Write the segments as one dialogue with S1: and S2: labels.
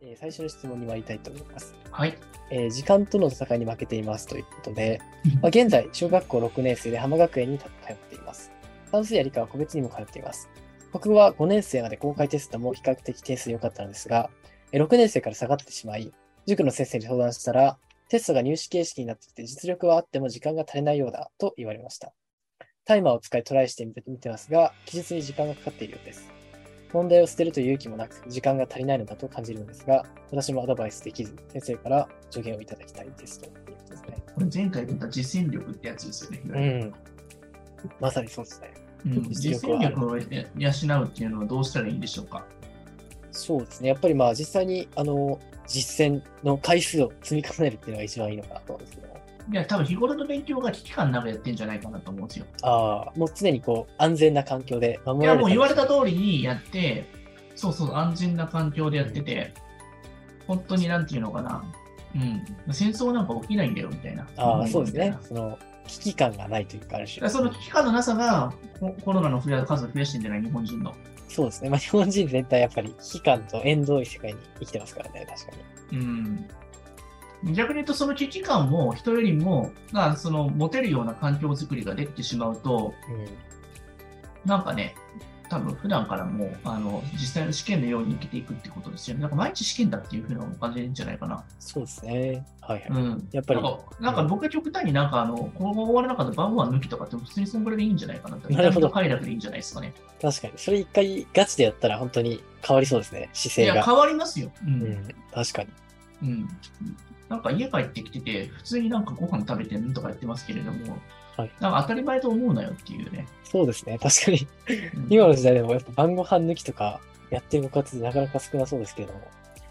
S1: えー最初の質問に参りたいと思います。
S2: はい。
S1: えー時間との戦いに負けていますということで、まあ、現在、小学校6年生で浜学園に通っています。算数や理科は個別にも通っています。国語は5年生まで公開テストも比較的点数良かったのですが、えー6年生から下がってしまい、塾の先生に相談したら、テストが入試形式になってきて実力はあっても時間が足りないようだと言われました。タイマーを使いトライしてみてみてますが、記述に時間がかかっているようです。問題を捨てるという勇気もなく、時間が足りないのだと感じるのですが、私もアドバイスできず、先生から助言をいただきたいですということですね。
S2: これ前回出た実践力ってやつですよね。いうわゆる
S1: ん。まさにそうですね。
S2: うん、
S1: 実
S2: 実
S1: 力
S2: 践
S1: はある
S2: 力を養うっていうのはどうしたらいいんでしょうか。
S1: そうですね。やっぱりまあ実際に、あの、実践の回数を積み重ねるっていうのが一番いいのかなと思うんですけど。
S2: いや、多分日頃の勉強が危機感の中でやってんじゃないかなと思うんですよ。
S1: ああ、もう常にこう、安全な環境で
S2: い
S1: 守ら
S2: や、
S1: れ
S2: もう言われた
S1: り。
S2: 通りにやって、そうそう、安全な環境でやってて、本当になんていうのかな。うん、戦争なんか起きないんだよみたいな。
S1: ああ、そうです
S2: みたい
S1: ね
S2: な。
S1: その、危機感がないというか、ある
S2: だか
S1: 種。
S2: らその危機感のなさがココロナの増や数を増やしてんじゃない日本人の。
S1: そうですね。まあ日本人全体やっぱり危機感と縁遠い世界に生きてますからね、確かに。
S2: うん逆に言うと、その危機感を人よりも、まあ、その持てるような環境づくりができてしまうと、
S1: うん。
S2: なんかね、多分普段からもうあの実際の試験のように生きていくってことですよね。なんか毎日試験だっていうふうなお感じるんじゃないかな。
S1: そうですね。はいはい。
S2: うん、
S1: やっぱり
S2: なんかなんか僕は極端になんかあの、今後終わらなかった晩ご飯抜きとかって普通にそんぐらいでいいんじゃないかなって。
S1: なるほど
S2: 痛みと快楽でいいんじゃないですかね。
S1: 確かに。それ一回ガチでやったら本当に変わりそうですね、姿
S2: い
S1: 勢
S2: や、
S1: が。
S2: 変わりますよ。
S1: う
S2: う。
S1: んん、確かに。
S2: うん。なんか家帰ってきてて、普通になんかご飯食べてんとか言ってますけれども、
S1: はい
S2: なんか当たり前と思うなよっていうね。
S1: そうですね、確かに。
S2: うん
S1: 今の時代でもやっぱ晩ご飯抜きとかやってるご家庭なかなか少なそうですけれども。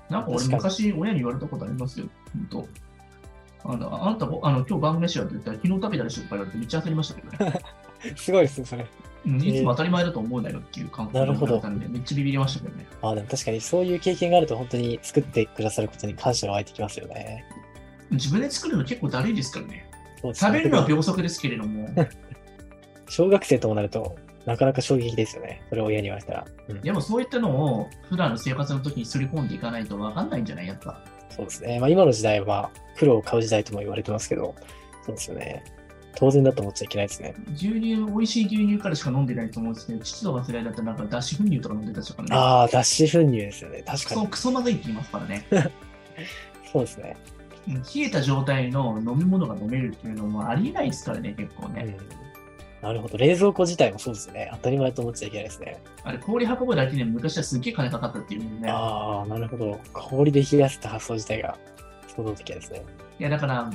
S2: なんか俺
S1: 確かに
S2: 昔親に言われたことありますよ。本当。あの、あなたご、あの、今日晩飯はって言ったら昨日食べたでしょとか言われてめっちゃ焦りましたけ どね。
S1: すごいですね、それ。
S2: うんいつも当たり前だと思うなよっていう感覚
S1: なるほど
S2: ったんで、めっちゃビビりましたけどね。
S1: まあでも確かにそういう経験があると本当に作ってくださることに感謝が湧いてきますよね。
S2: 自分で作るの結構だるいですからね。
S1: そうです
S2: 食
S1: ね
S2: べるのは秒速ですけれども、
S1: 小学生ともなるとなかなか衝撃ですよね。それを親に言われたら。うん、
S2: でもそういったのを普段の生活の時にすり込んでいかないとわかんないんじゃないやっぱ。
S1: そうですね。まあ今の時代は苦労を買う時代とも言われてますけど、そうですよね。当然だと思っちゃいけないですね。
S2: 牛乳、美味しい牛乳からしか飲んでないと思うんですけど、父とか世代だったらなんか脱脂粉乳とか飲んでた人からね。
S1: ああ、脱脂粉乳ですよね。確
S2: ク
S1: かに
S2: ソ、。クソまずいって言いますから ね。
S1: そうですね。
S2: うん冷えた状態の飲み物が飲めるっていうのもありえないですからね、結構
S1: う
S2: ね。
S1: ん、なるほど。冷蔵庫自体もそうですね。当たり前と思っちゃいけないですね。
S2: あれ、氷運ぶだけで昔はすっげえ金かかったっていうもんね。
S1: ああ、なるほど。氷で冷やした発想自体が想像的ですね。
S2: いや、だから、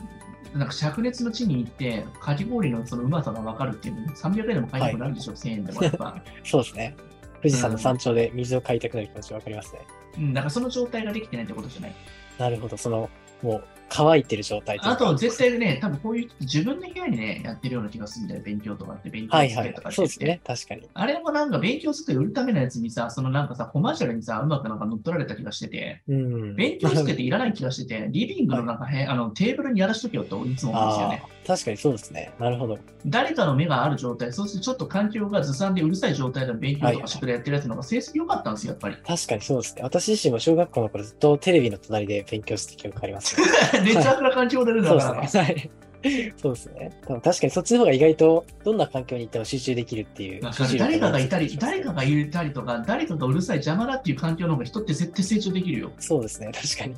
S2: なんか灼熱の地に行って、かき氷のそのうまさが分かるっていうのも、300円でも買いたくなるでしょ、1000円でもやっ ぱ。
S1: そうですね。富士山の山頂で水を買いたくなる気持ち分かりますね。
S2: うん、だからその状態ができてないってことじゃない。
S1: なるほど。その、もう乾いてる状態いうか
S2: あと、絶対ね、多分こういう人って自分の部屋にね、やってるような気がするんだよ、勉強とかって、勉強
S1: はい
S2: とか
S1: は
S2: って
S1: い
S2: とか。って
S1: そう
S2: 言っ
S1: で
S2: て
S1: すね。確かに。
S2: あれもなんか勉強机売るためのやつにさ、そのなんかさ、コマーシャルにさ、うまくなんか乗っ取られた気がしてて、
S1: うん。
S2: 勉強机っていらない気がしてて、リビングのなんかへんあのテーブルにやらしとけよっていつも思うんですよ
S1: あ
S2: ね。
S1: あ、確かにそうですね。なるほど。
S2: 誰かの目がある状態、そしてちょっと環境がずさんでうるさい状態で勉強とか宿題やってるやつの方が成績良かったんですよ、やっ ぱり。
S1: 確かにそうですね。私自身も小学校の頃ずっとテレビの隣で勉強してた記憶があります、ね。
S2: めっちゃ暗な環境でるんだ
S1: そう
S2: か
S1: です
S2: ら。
S1: ね。はい。そうですね。でも確かにそっちの方が意外とどんな環境に行っても集中できるっていう。
S2: わか
S1: 集
S2: る
S1: 中
S2: 誰
S1: 力
S2: かが
S1: つ
S2: いたり、誰かがいたりとか、誰かがうるさい邪魔だっていう環境の方が人って絶対成長できるよ。
S1: そうですね、確かに。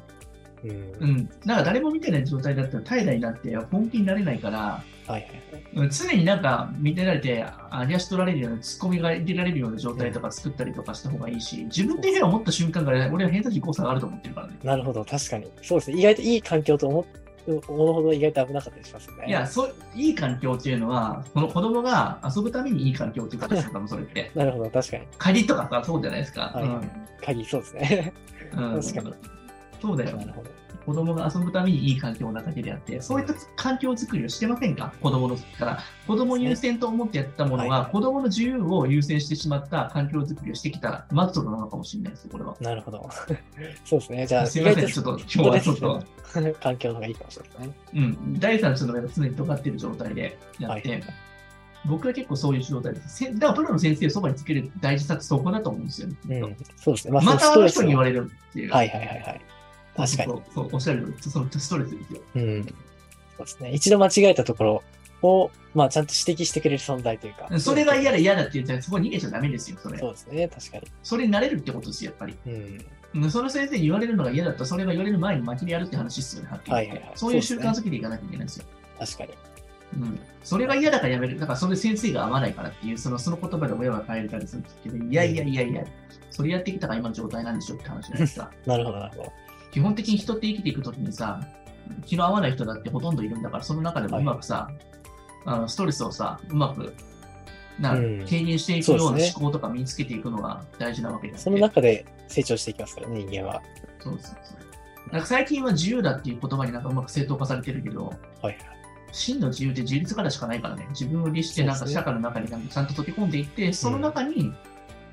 S1: うん。
S2: う
S1: はい
S2: ん。なんか誰も見てない状態だったら怠惰になって本気になれないから、
S1: はいはい。
S2: うん常になんか見てられて、あり足取られるような、ツッコミが入れられるような状態とか作ったりとかした方がいいし、自分で部屋を持った瞬間から、俺は偏差値誤差があると思ってるからね。
S1: なるほど、確かに。そうですね。意外といい環境と思う思うほど意外と危なかったりしますよね。
S2: いや、そう、いい環境っていうのは、この子供が遊ぶためにいい環境っていう形だから、それ って。
S1: なるほど、確かに。
S2: 鍵とかさ、そうじゃないですか。
S1: はい鍵、そうですね。
S2: うん。うん
S1: 確かに。
S2: そうだ
S1: な
S2: よ。
S1: るほど。
S2: 子供が遊ぶためにいい環境なだけであって、そういった環境づくりをしてませんか子供の時から。子供優先と思ってやってたもの
S1: はい
S2: が、子供の自由を優先してしまった環境づくりをしてきたマットなのかもしれないですよ、これは。
S1: なるほど。そうですね。じゃあ、
S2: すみません、
S1: 意
S2: ちょっ
S1: 外
S2: と
S1: と
S2: 今日はちょっ
S1: そ
S2: と
S1: こ、ですね環境の方がいいかもしれないですね。
S2: うん、第三者の目が常に尖ってる状態でやって、
S1: はい
S2: 僕は結構そういう状態です。せだからプロの先生をそばにつける大事さってそこだと思うんですよね。きっと
S1: うん、そうですね。ま
S2: またあ
S1: そ
S2: の
S1: のスト
S2: 人
S1: レス
S2: に言
S1: は
S2: われるっていう。
S1: はいはいはいはい。確かに。
S2: そう。そう、おっしゃるように、そのストレスですよ。
S1: うん。そうですね。一度間違えたところを、まあ、ちゃんと指摘してくれる存在というか。
S2: それが嫌だ嫌だって言ったら、そこに逃げちゃダメですよ、それ。
S1: そうですね。確か
S2: それになれるってことですよ、やっぱり。
S1: に。うん。
S2: うんその先生に言われるのが嫌だったら、それが言われる前に巻きでやるって話ですよね、はっきり言って
S1: はいはいはい
S2: そういう
S1: そ
S2: 習
S1: うですね
S2: 慣づけていかなきゃいけないんですよ。
S1: 確かに。
S2: うん、それが嫌だからやめる、だからそれ先生が合わないからっていう、そのその言葉で親が変えるたりするんですけど、いやいやいやいや、それやってきたから今の状態なんでしょって話じゃないですか。
S1: なるほど、なるほど。
S2: 基本的に人って生きていくときにさ、気の合わない人だってほとんどいるんだから、その中でもうまくさ、あのストレスをさ、うまくな
S1: うん
S2: 軽減していくような
S1: そうですね
S2: 思考とか身につけていくのが大事なわけです
S1: その中で成長していきますからね、人間は。
S2: そうそうそうなんか最近は自由だっていう言葉になんかうまく正当化されてるけど、
S1: はいはい。
S2: 真の自由って自立からしかないからね、自分を律して、なん
S1: そ
S2: か
S1: うですね
S2: 社会の中になんかちゃんと溶け込んでいって、その中に、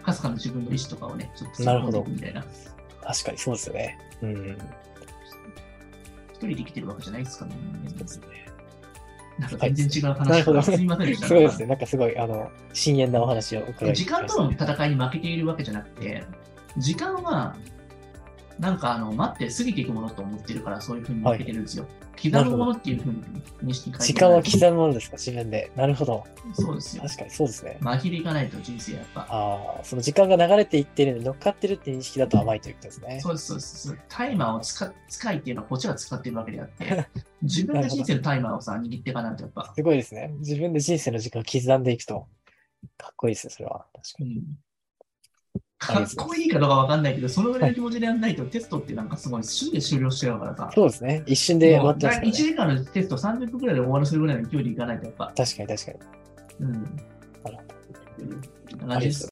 S2: かすかな自分の意思とかをね、ちょっと突っ込んでいくみたいな。
S1: 確かにそうですよね。うん。
S2: 一人で生きてるわけじゃないですからね。
S1: そうですね。
S2: なんか全然違う
S1: なる
S2: 話
S1: ほど
S2: すみませんでした。
S1: すごいですね。なんかすごい、あの、深遠なお話を伺い
S2: 時間との戦いに負けているわけじゃなくて、時間は、なんかあの、待って過ぎていくものと思ってるから、そういうふうに負けてるんですよ。
S1: なるほ
S2: 刻む
S1: ど
S2: ものっていうふうに認識変えて
S1: 時間は刻
S2: む。
S1: むものですか、自分で。なるほど。
S2: そうですよ。
S1: 確かにそうですね。
S2: 紛れいかないと人生やっぱ。
S1: ああ、その時間が流れていってるのに乗っかってるって認識だと甘いということですね。
S2: そうです、そうです。そうですタイマーを使使いっていうのはこっちが使ってるわけであって、 自分が人生のタイマーをさ、握っていかないとやっぱ、
S1: すごいですね。自分で人生の時間を刻んでいくと。かっこいいですね、それは。確か
S2: う
S1: に。
S2: ん
S1: あり
S2: かっ
S1: がとうございます
S2: こいいかどうかわかんないけど、そのぐらいの気持ちでやんないとテストってなんかすごい瞬で終了しちゃうからさ。
S1: そうですね。一瞬で終わってますから
S2: 1
S1: ね。
S2: 時間のテスト30分ぐらいで終わらせるぐらいの距離いかないとやっぱ。
S1: 確かに確かに。
S2: うん。
S1: なるほど
S2: 同じです。